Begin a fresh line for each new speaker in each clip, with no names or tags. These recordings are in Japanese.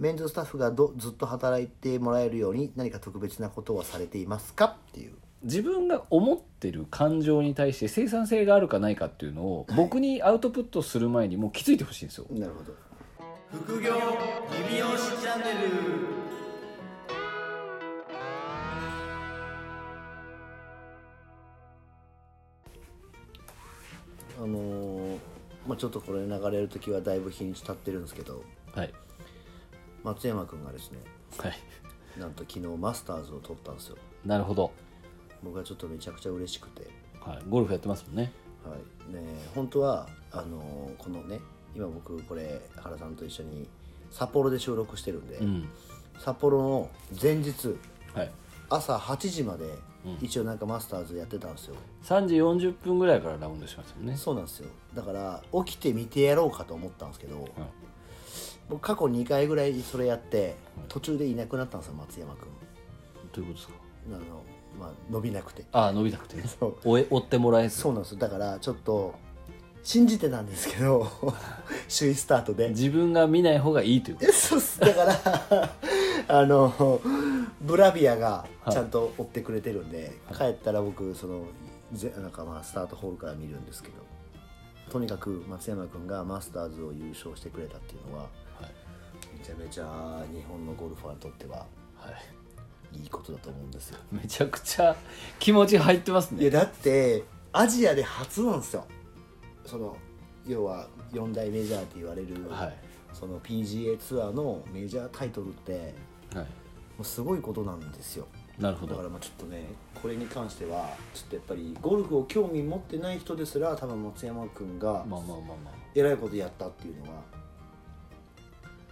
メンズスタッフがどずっと働いてもらえるように何か特別なことはされていますかっていう
自分が思ってる感情に対して生産性があるかないかっていうのを僕にアウトプットする前にもう気づいてほしいんですよ
なるほど
副業リビオシチャンネル
あのーまあ、ちょっとこれ流れる時はだいぶ日にち経ってるんですけど
はい
松山君がですね
はい
なんと昨日マスターズを取ったんですよ
なるほど、
僕はちょっとめちゃくちゃ嬉しくて、
はい、ゴルフやってますもんね
はいね、本当はあのーこのね今僕これ原さんと一緒に札幌で収録してるんで、
うん
札幌の前日
はい
朝8時まで
うん
一応なんかマスターズやってたんですよ、
3時40分ぐらいからラウンドしましたもんね
そうなんですよだから起きて見てやろうかと思ったんですけど、
うん
僕過去2回ぐらいそれやって途中でいなくなったんですよ松山君
どういうことですか
あの、まあ、伸びなくて
ああ伸びなくてね
そう
追え追ってもらえず
そうなんですよだからちょっと信じてたんですけど 首位スタートで
自分が見ない方がいいということ
えそうっすだから あのブラビアがちゃんと追ってくれてるんで、帰ったら僕そのぜなんかまあスタートホールから見るんですけどとにかく松山君がマスターズを優勝してくれたっていうのはめちゃめちゃ日本のゴルファーにとっては
はい、はい、
いいことだと思うんですよ
めちゃくちゃ気持ち入ってます
いや
ね
だってアジアで初なんですよその要は四大メジャーって言われる、
はい
その PGA ツアーのメジャータイトルって
はい
もうすごいことなんですよ
なるほ
だから
ど
まあちょっとねこれに関してはちょっとやっぱりゴルフを興味持ってない人ですら多分松山君が
まあまあまあま
えらいことやったっていうのは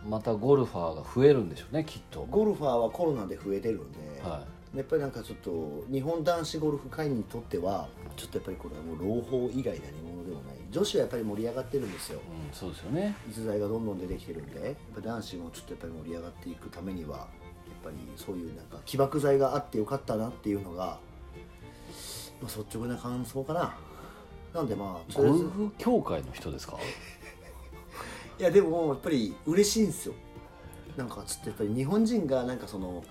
あまたゴルファーが増えるんでしょうねきっと
ゴルファーはコロナで増えてるんで、
は
やっぱりなんかちょっと日本男子ゴルフ界にとってはちょっとやっぱりこれはもう朗報以外何物でもない女子はやっぱり盛り上がってるんですよ
い、うん、そうですよね
逸材がどんどん出てきてるんでやっぱ男子もちょっとやっぱり盛り上がっていくためにはやっぱりそういうなんか起爆剤があってよかったなっていうのが、まあ、率直な感想かななんでまあと
ゴ
りあえ
ル
ず
フ協会の人ですか
いやでもやっぱり嬉しいんですよなんかちょっとやっぱり日本人がなんかその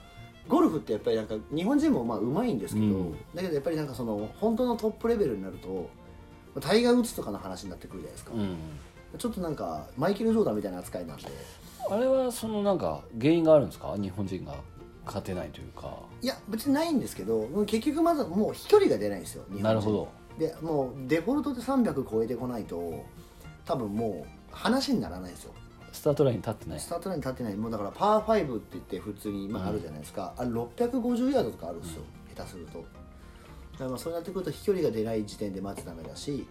ゴルフってやっぱりなんか日本人もまあ上手いんですけど、
うん
だけどやっぱりなんかその本当のトップレベルになるとタイガー・ウッズとかの話になってくるじゃないですか、
うん
ちょっとなんかマイケル・ジョーダンみたいな扱いなんで
あれはそのなんか原因があるんですか日本人が勝てないというか
いや別にないんですけど結局まずもう飛距離が出ないんですよ日本人
なるほど
でもうデフォルトで300超えてこないと多分もう話にならないんですよ
スタートラインに立ってない
スタートラインに立ってないもうだからパー5って言って普通に
うん
今あるじゃないですか、あれ650ヤードとかあるんですよ、下手するとだからまあそうなってくると飛距離が出ない時点でまずダメだし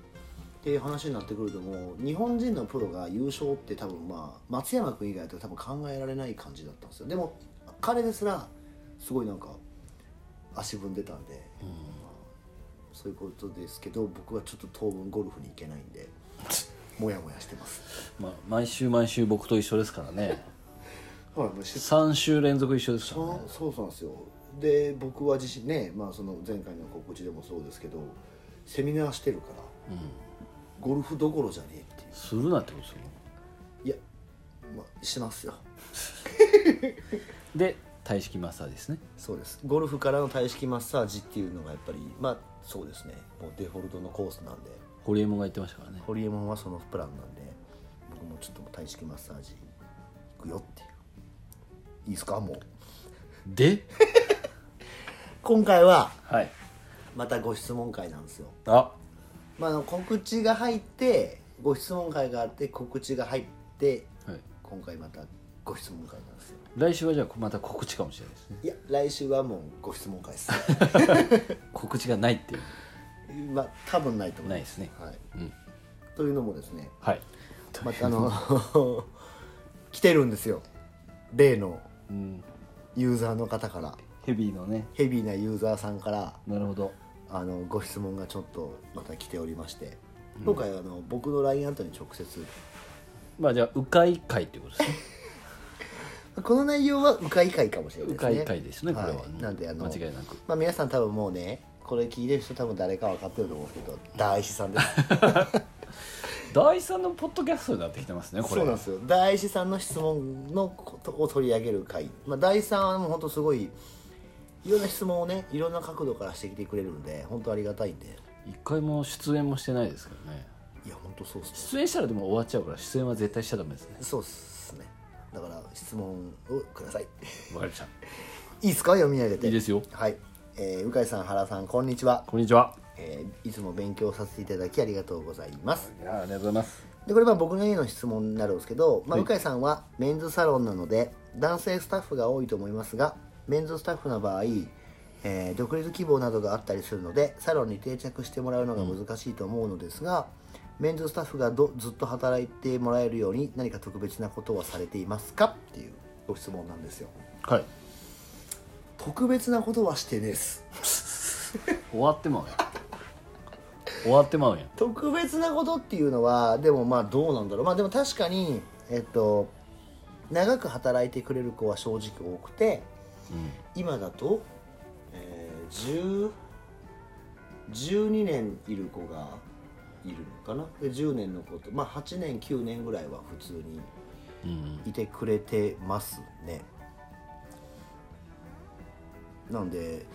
っていう話になってくるともう日本人のプロが優勝って多分まあ松山君以外だと多分考えられない感じだったんですよでも彼ですらすごいなんか足踏んでたんで、
うん
そういうことですけど僕はちょっと当分ゴルフに行けないんでモヤモヤしてます
まあ、毎週毎週僕と一緒ですから ね
ほらもう出
3週連続一緒ですからね
そうそうなんですよで僕は自身ね、まあ、その前回の告知でもそうですけどセミナーしてるから
うん
ゴルフどころじゃねえってい
するなってことですよ
ういや、まあ、してますよ
で体式マッサージですね
そうですゴルフからの体式マッサージっていうのがやっぱりまあそうですねもうデフォルトのコースなんで
ホリエモンが言ってましたからね
ホリエモンはそのプランなんで僕もちょっともう体式マッサージ行くよっていういいですかもう
で
今回は
はい
またご質問会なんですよ
あ
まああの、告知が入ってご質問会があって告知が入って
はい
今回またご質問会なんですよ
来週はじゃあまた告知かもしれないですね
いや来週はもうご質問会です
告知がないっていう
まあ多分ないと思います
ないですね
はい、
うん
というのもですね
はい
またあの 来てるんですよ例の
うん
ユーザーの方から
ヘビーのね
ヘビーなユーザーさんから
なるほど
あのご質問がちょっとまた来ておりまして今回はあの僕の LINE アントに直接
まあじゃあ迂回会っていうことですね
この内容は迂回会かもしれない
迂
ですね
回会ですねこれは、
いなんであの
間違いなく
まあ、皆さん多分もう ねこれ聞いてる人多分誰か分かってると思うんですけど大石さんです
第三のポッドキャストになってきてますねこれ
そうなんですよ大師さんの質問のことを取り上げる回、まあ、大師さんはもう本当すごいいろんな質問をねいろんな角度からしてきてくれるんで本当ありがたいんで
一回も出演もしてないですけどね
いや本当そうっすね
出演したらでも終わっちゃうから出演は絶対しちゃダメです ね
そうっすねだから質問をください
わかりました
いいですか読み上げて
いいですよ
はい、えー、鵜飼さん原さんこんにちは、
こんにちは
えーいつも勉強させていただきありがとうございます
いやありがとうございます
でこれは僕の家の質問になるんですけど、まあ、
はいう
かいさんはメンズサロンなので男性スタッフが多いと思いますがメンズスタッフの場合、えー独立希望などがあったりするのでサロンに定着してもらうのが難しいと思うのですが、メンズスタッフがどずっと働いてもらえるように何か特別なことはされていますかっていうご質問なんですよ
はい
特別なことはしてねえっす
終わってまうやん終わってまうやん
特別なことっていうのはでもまあどうなんだろうまあでも確かにえっと長く働いてくれる子は正直多くて今だと、えー、10 12年いる子がいるのかなで10年の子とまあ8年9年ぐらいは普通に
うん、うん、
いてくれてますねなんで、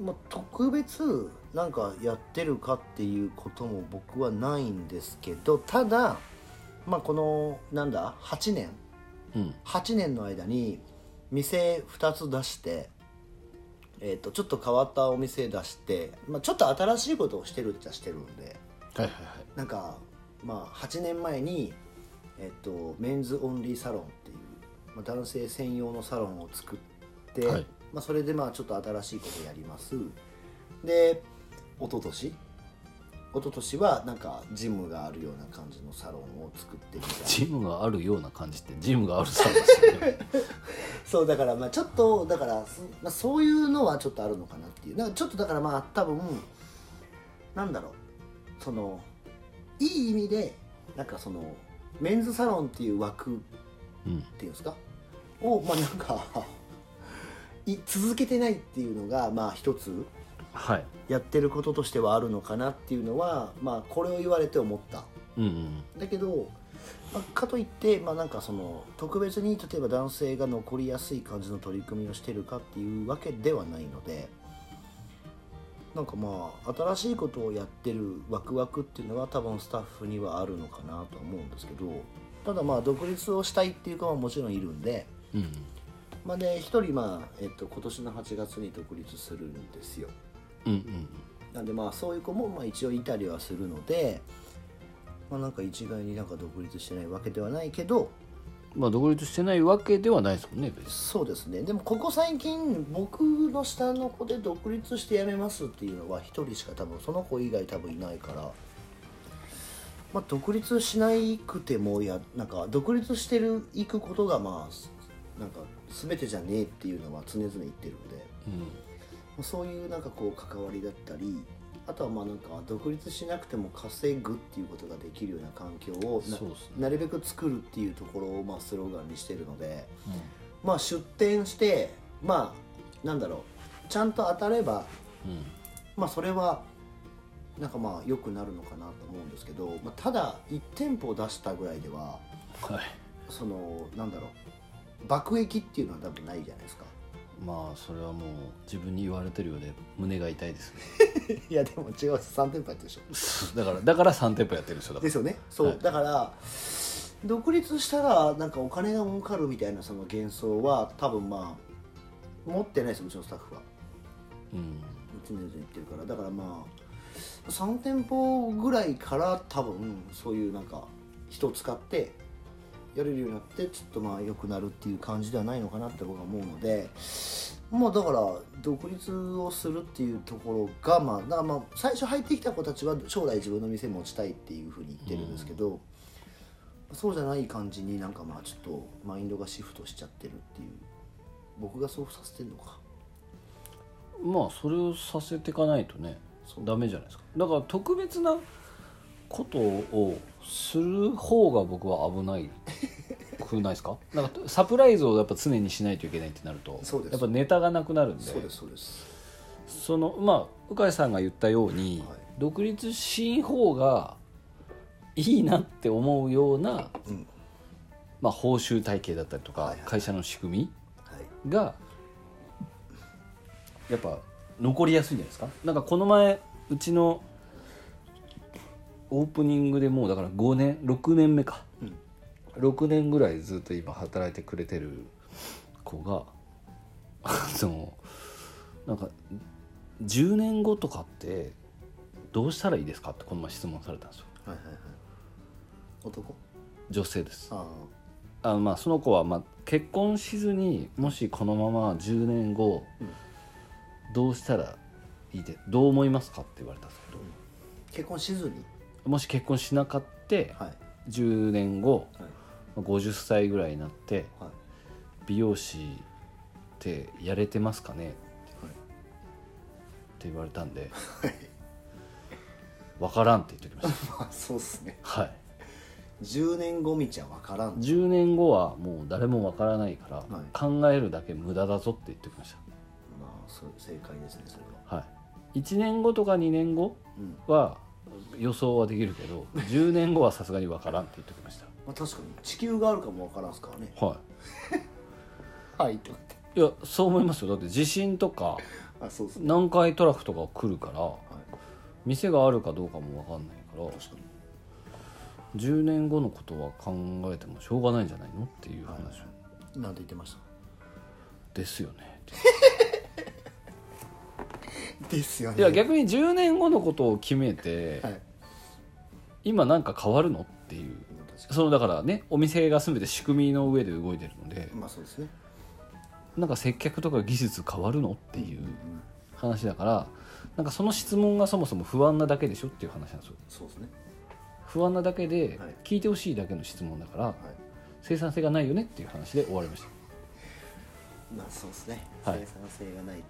まあ、特別なんかやってるかっていうことも僕はないんですけどただまあこのなんだ8年
うん
8年の間に店2つ出して、えー、とちょっと変わったお店出して、まあ、ちょっと新しいことをしてるっちゃしてるんで
はいはいはい
なんか、まあ、8年前に、えっと、メンズオンリーサロンっていう、まあ、男性専用のサロンを作って、
はい
まあ、それでまあちょっと新しいことやりますで一昨年一昨年はなんかジムがあるような感じのサロンを作ってみたいな
ジムがあるような感じってジムがあるそうですよ ね
そうだからまあちょっとだからそ,、まあ、そういうのはちょっとあるのかなっていうだからちょっとだからまあ多分なんだろうそのいい意味でなんかそのメンズサロンっていう枠っ
うん
ていうんですかをまあなんかい続けてないっていうのがまあ一つ
はい
やってることとしてはあるのかなっていうのはまあこれを言われて思った
うんうん
だけど、まあかといって、まあ、なんかその特別に例えば男性が残りやすい感じの取り組みをしてるかっていうわけではないのでなんかまあ新しいことをやってるワクワクっていうのは多分スタッフにはあるのかなとは思うんですけどただまあ独立をしたいっていう子はもちろんいるんで。
うんうん
まあね、一人、まあえっと、今年の8月に独立するんですよ。
うんうん
なんでまあそういう子もまあ一応いたりはするので、まあ、なんか一概になんか独立してないわけではないけど
まあ独立してないわけではないですもんね別に
そうですねでもここ最近僕の下の子で独立してやめますっていうのは一人しか多分その子以外多分いないから、まあ、独立しなくてもやなんか独立してる行くことがまあなんか全てじゃねえっていうのは常々言ってるんで。そういうなんかこう関わりだったりあとはまあなんか独立しなくても稼ぐっていうことができるような環境をな,、
そうっすね
なるべく作るっていうところをまあスローガンにしてるのでまあ出店してまあなんだろうちゃんと当たれば
うんうん
まあそれはなんかまあ良くなるのかなと思うんですけど、まあ、ただ1店舗出したぐらいでは
はい
そのなんだろう爆益っていうのは多分ないじゃないですか。
まあそれはもう自分に言われてるようで胸が痛いですね
いやでも違う3店舗やってるでしょ。
だからだから3店舗やってるんですよだか
で
ら
すよねそう、
はい
だから独立したらなんかお金が儲かるみたいなその幻想は多分まあ持ってないですうちのスタッフは
うん
常々言ってるからだからまあ3店舗ぐらいから多分そういうなんか人を使ってやれるようになってちょっとまあ良くなるっていう感じではないのかなって僕は思うのでまあだから独立をするっていうところがまあだからまあ最初入ってきた子たちは将来自分の店持ちたいっていうふうに言ってるんですけど、そうじゃない感じになんかまあちょっとマインドがシフトしちゃってるっていう僕がそうさせてんのか
まあそれをさせていかないとねダメじゃないですかだから特別なことをする方が僕は危ないくないで すかなんかサプライズをやっぱ常にしないといけないってなると
そうです
やっぱネタがなくなるんで
そうですそうです
そのまあ鵜飼さんが言ったように、
はい
独立しん方がいいなって思うような、
うん
まあ、報酬体系だったりとか、
はいはい
会社の仕組
はい
みがやっぱ残りやすいんじゃないですかなんかこの前うちのオープニングでもうだから5年6年目か、
うん
6年ぐらいずっと今働いてくれてる子が あのなんか10年後とかってどうしたらいいですかってこの前質問されたんですよ
はいはいはい男
女性です
あ
あのまあその子はまあ結婚しずにもしこのまま10年後
うん
どうしたらいいでどう思いますかって言われたんですけど
ー結婚しずに
もし結婚しなかって
はい
10年後
はい
まあ50歳ぐらいになって
はい
美容師ってやれてますかねって言われたんで
はい
分からんって言っておきまし
まあそうっすね
たはい
10年後見ちゃ分からん
10年後はもう誰も分からないから、
はい
考えるだけ無駄だぞって言っておきまし
まあそう正解ですねそれは
たはい1年後とか2年後
うん
は予想はできるけど10年後はさすがに分からんって言っておきまし
まあ確かに地球があるかも分からんすからね
たは
はいってって
いいやそう思いますよだって地震とか
あそうっすね
南海トラフとか来るから
はい
店があるかどうかも分かんないから
確かに
10年後のことは考えてもしょうがないんじゃないのっていう話を、
なんて言ってました
ですよね
ですよ
いや逆に10年後のことを決めて、
はい
今なんか変わるのっていう
まあ確か
そのだからねお店が全て仕組みの上で動いてるので
にまあそうですね
なんか接客とか技術変わるのっていう
うん
話だからなんかその質問がそもそも不安なだけでしょっていう話なんですよ
そうですね
不安なだけで
はい
聞いてほしいだけの質問だから
はい
生産性がないよねっていう話で終わりました
まあそうですね、
はい
生産性がないって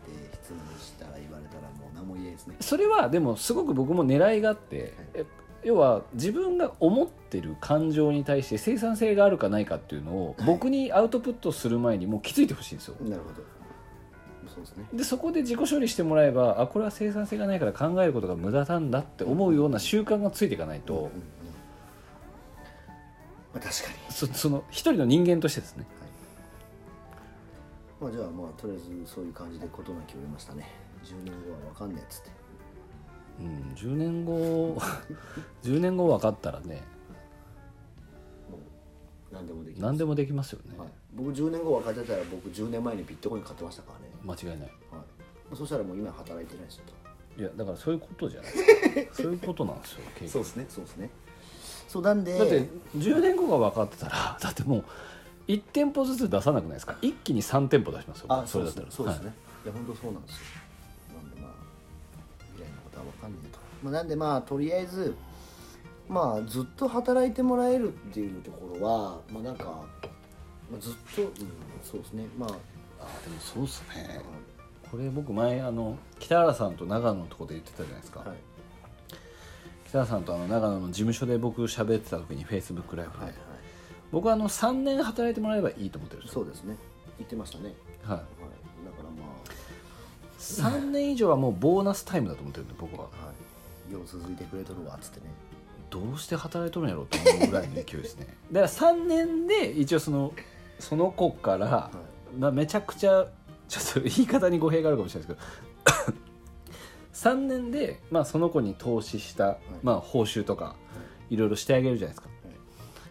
質問したら言われたらもう何も言えないですね
それはでもすごく僕も狙いがあってえ要は自分が思ってる感情に対して生産性があるかないかっていうのを僕にアウトプットする前にもう気づいてほしいんですよ
なるほどそうですね
でそこで自己処理してもらえばあこれは生産性がないから考えることが無駄なんだって思うような習慣がついていかないと、
うんうんまあ、確かに、
そその一人の人間としてですね
はいまあ、じゃあまあとりあえずそういう感じで事なきを得ましたね10年後は分かんねえっつって
うん、10年後 10年後分かったらね
もう何でもできます
何でもできますよね、
はい、僕10年後分かってたら僕10年前にビットコイン買ってましたからね、
間違いない
はいまあ、そしたらもう今働いてないし
いやだからそういうことじゃない そういうことなんですよ
と
結
そう
局
ですねそうですねそうなんで
だって10年後が分かってたらだってもう1店舗ずつ出さなくないですか一気に3店舗出しますよ
あ
そ
そ
れ
う
だ
で
っ
す
た
ね
ら
そうですね、、
はい
や本当そうなんですよなんでまあ未来のことは分かんないと、まあ、なんでまあとりあえずまあずっと働いてもらえるっていうところはまあなんか、まあ、ずっと、うん、そうですねまあ
いあでもそうっすねこれ僕前あの北原さんと長野のとこで言ってたじゃないですか、
はい
北原さんとあの長野の事務所で僕喋ってた時にフェイスブックライブで、
はいはい
僕はあの3年働いてもらえばいいと思ってるんです
そ
よ、
うですね言ってましたね、はい、だ
はい、
からまあ
3年以上はもうボーナスタイムだと思ってるんで僕は
はい、よう続いてくれとるわっつってね
どうして働いとるんやろうと思うぐらいの勢いですねだから3年で一応そのその子から、まあ、めちゃくちゃちょっと言い方に語弊があるかもしれないです けど3年で、まあ、その子に投資した、まあ、報酬とかいろいろしてあげるじゃないですか、
い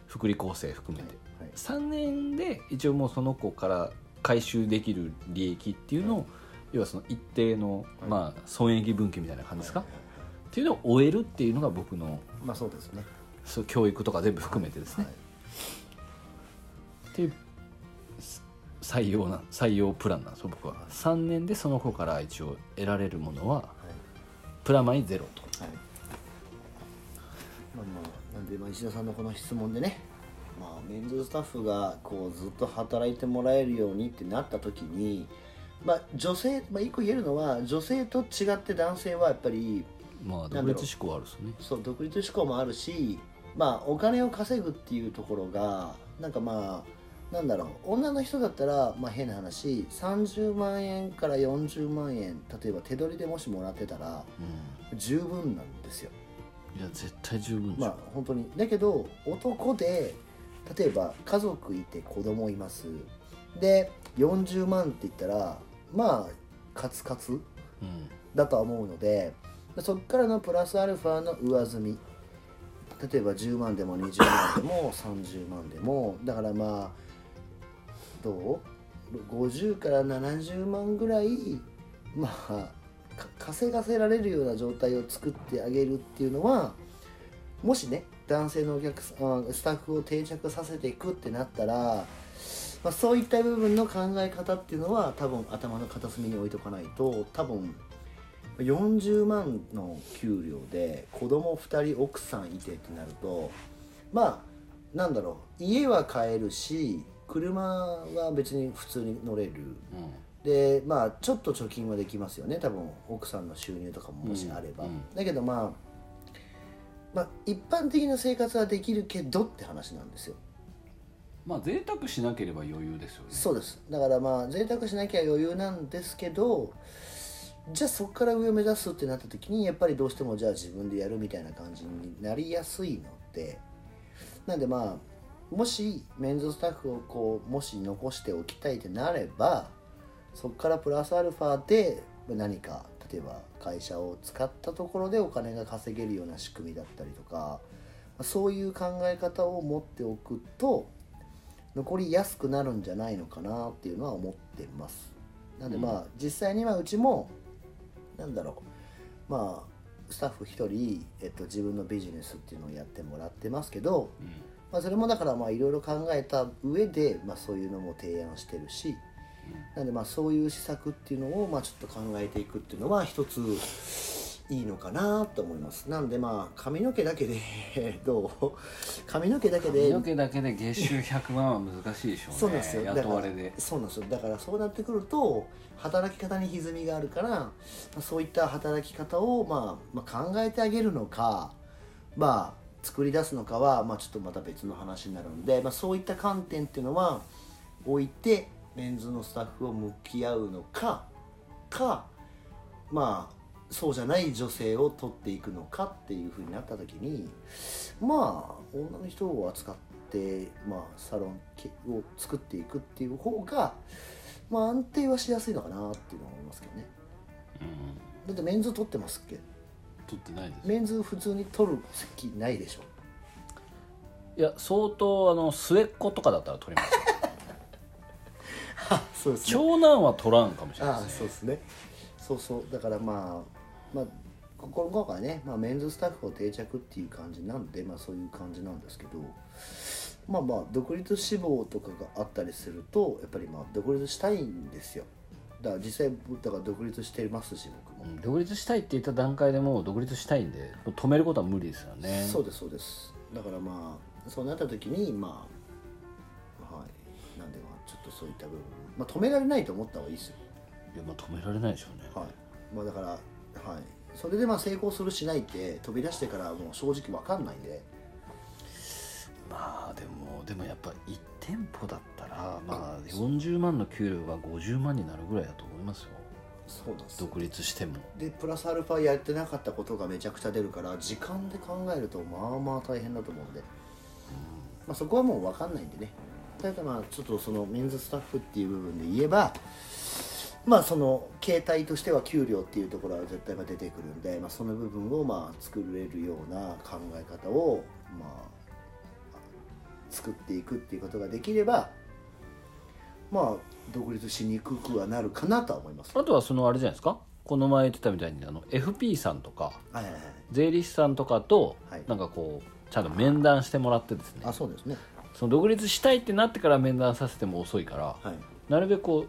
福利厚生含め
はい
て、3年で一応もうその子から回収できる利益っていうのを、要はその一定の、
はい
まあ、損益分岐みたいな感じですか、っていうのを終えるっていうのが僕の
まあそうですね
そう教育とか全部含めてですね、っていうす採用な採用プランなんですよ僕は3年でその子から一応得られるものは
はい
プラマイゼロと
はいまあまあなんでまあ石田さんのこの質問でねまあメンズスタッフがこうずっと働いてもらえるようにってなった時にまあ女性、まあ、一個言えるのは女性と違って男性はやっぱり
まあ
な
独
んだろ
立
う
志向はあるんですよね
そう独立志向もあるしまあお金を稼ぐっていうところがなんかまあなんだろう女の人だったら、まあ、変な話30万円から40万円例えば手取りでもしもらってたら十分なんですよ
ういや絶対十分でしょ、
まあ本当にだけど男で例えば家族いて子供いますで40万って言ったらまあカツカツ
うん
だとは思うのでそっからのプラスアルファの上積み例えば10万でも20万でも 30万でもだからまあどう50から70万ぐらいまあか稼がせられるような状態を作ってあげるっていうのはもしね男性のお客さんあスタッフを定着させていくってなったら、まあ、そういった部分の考え方っていうのは多分頭の片隅に置いとかないと多分40万の給料で子供2人奥さんいてってなるとまあなんだろう家は買えるし車は別に普通に乗れるでまあちょっと貯金はできますよね多分奥さんの収入とかももしあれば、
うんうん
だけどまあまあ一般的な生活はできるけどって話なんですよ
まあ贅沢しなければ余裕ですよね
そうですだからまあ贅沢しなきゃ余裕なんですけどじゃあそこから上を目指すってなった時にやっぱりどうしてもじゃあ自分でやるみたいな感じになりやすいのでなんでまあもしメンズスタッフをこうもし残しておきたいってなればそこからプラスアルファで何か例えば会社を使ったところでお金が稼げるような仕組みだったりとかそういう考え方を持っておくと残り安くなるんじゃないのかなっていうのは思ってますなんでまあ、実際にはうちもなんだろうまあスタッフ1人、えっと、自分のビジネスっていうのをやってもらってますけど、まあ、それもだからまあいろいろ考えた上で、まあ、そういうのも提案してるしなんでまあそういう施策っていうのをまあちょっと考えていくっていうのは一ついいのかなと思いますなんでまあ髪の毛だけで どう髪の毛だけで
髪の毛だけで月収100万は難しいでしょうね
そうなんですよだ
雇
か
わ
ら
れで
そうなんですよだからそうなってくると働き方に歪みがあるからまあそういった働き方を、まあ、まあ考えてあげるのかまあ作り出すのかは、まあ、ちょっとまた別の話になるんで、まあ、そういった観点っていうのは置いてメンズのスタッフを向き合うのかかまあそうじゃない女性を取っていくのかっていうふうになった時にまあ女の人を扱って、まあ、サロンを作っていくっていう方が、まあ、安定はしやすいのかなっていうのは思いますけどね
うん
だってメンズ取ってますっけ
取ってないです
メンズ普通に取る席ないでしょ
いや相当あの末っ子とかだったら取りますよ
あそうで
長男は取らんかもしれない
ああ
です
そう
ね
ですねそうそうだからまあまあここ今回ね、まあ、メンズスタッフを定着っていう感じなんでまあそういう感じなんですけどまあまあ独立志望とかがあったりするとやっぱりまあ独立したいんですよだから実際だから独立してますし僕も、
うん独立したいって言った段階でもう独立したいんでもう止めることは無理ですよね
そうですそうですだからまあそうなった時にまあはいなんでまあちょっとそういった部分、まあ、止められないと思った方がいいですよ
いやまあ止められないでしょうね
はいまあ、だから、はい、それでまあ成功するしないって飛び出してからもう正直わかんないんで
まあでもでもやっぱ1店舗だったらまあ40万の給料が50万になるぐらいだと思いますよ
そうなんです
独立しても
でプラスアルファやってなかったことがめちゃくちゃ出るから時間で考えるとまあまあ大変だと思うんで、まあ、そこはもう分かんないんでねただまあちょっとそのメンズスタッフっていう部分で言えばまあその形態としては給料っていうところは絶対まあ出てくるんで、まあ、その部分をまあ作れるような考え方をまあ作っていくっていうことができればまあ独立しにくくはなるかなとは思います。
あとはそのあれじゃないですかこの前言ってたみたいにあの FP さんとか
はいはいはい、
税理士さんとかと
はい
なんかこうちゃんと面談してもらってですね
あそうですね
その独立したいってなってから面談させても遅いから
はい
なるべくこう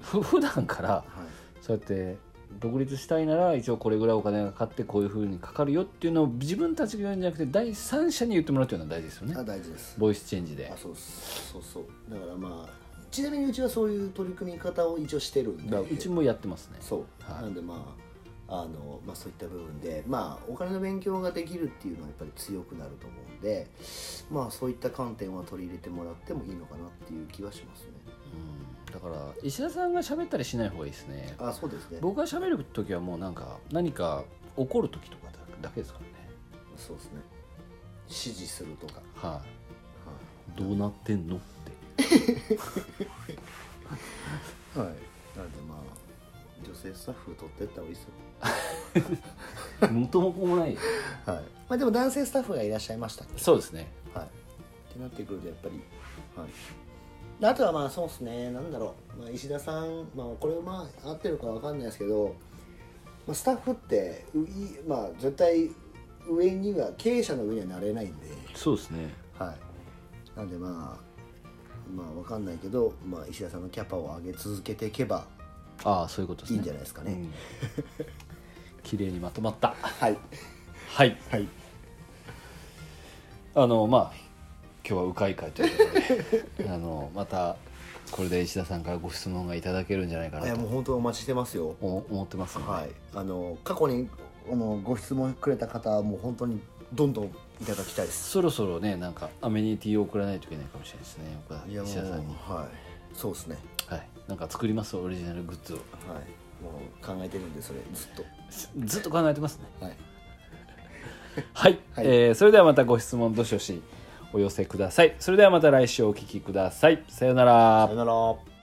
ふ 普段から
はい
そうやって独立したいなら一応これぐらいお金がかかってこういうふうにかかるよっていうのを自分たちが言うんじゃなくて第三者に言ってもらうっていうのは大事ですよね
あ大事です
ボイスチェンジで
あそうっすそうそうだからまあちなみにうちはそういう取り組み方を一応してるんで
だからうちもやってますね
そう、
はい
なんでまああの、まあ、そういった部分でまあお金の勉強ができるっていうのはやっぱり強くなると思うんでまあそういった観点は取り入れてもらってもいいのかなっていう気はしますね
うんだから石田さんが喋ったりしない方がいいですね
あそうですね
僕が喋る時はもうなんか何か怒る時とかだけですからね
そうですね支持するとか、
はい、どうなってんのって
はい、なのでまあ女性スタッフ取ってった方がいいですよ
元も子もないよ
はいまあ、でも男性スタッフがいらっしゃいましたっけ
そうですね
はい、ってなってくるとやっぱり、はい、であとはまあそうですねなんだろう、まあ、石田さん、まあ、これまあ合ってるかわかんないですけど、まあ、スタッフってうい、まあ、絶対上には経営者の上にはなれないんで、
そうですね
はい、なんでまあまあわかんないけど、まあ、石田さんのキャパを上げ続けていけば
ああそういうことです
い
ね
いんじゃないですかね。
うん綺麗にまとまった
はい、
はい
はい
あのまあ今日は迂回会ということで あのまたこれで石田さんからご質問がいただけるんじゃないか
いや
な
もう
と
本当お待ちしてますよ。
お思ってますので、
はい、あの過去にあのご質問くれた方はもう本当にどんどんいただきたいです。
そろそろねなんかアメニティを送らないといけないかもしれないですね僕はい
やもう
石田さんに
はい、そうですね。
はいなんか作りますオリジナルグッズを
はい、もう考えてるんでそれずっ
ずずっと考えてますね
と。はい、
はい、
はい
えーそれではまたご質問どしどしお寄せくださいそれではまた来週お聞きくださいさようなら
さよなら。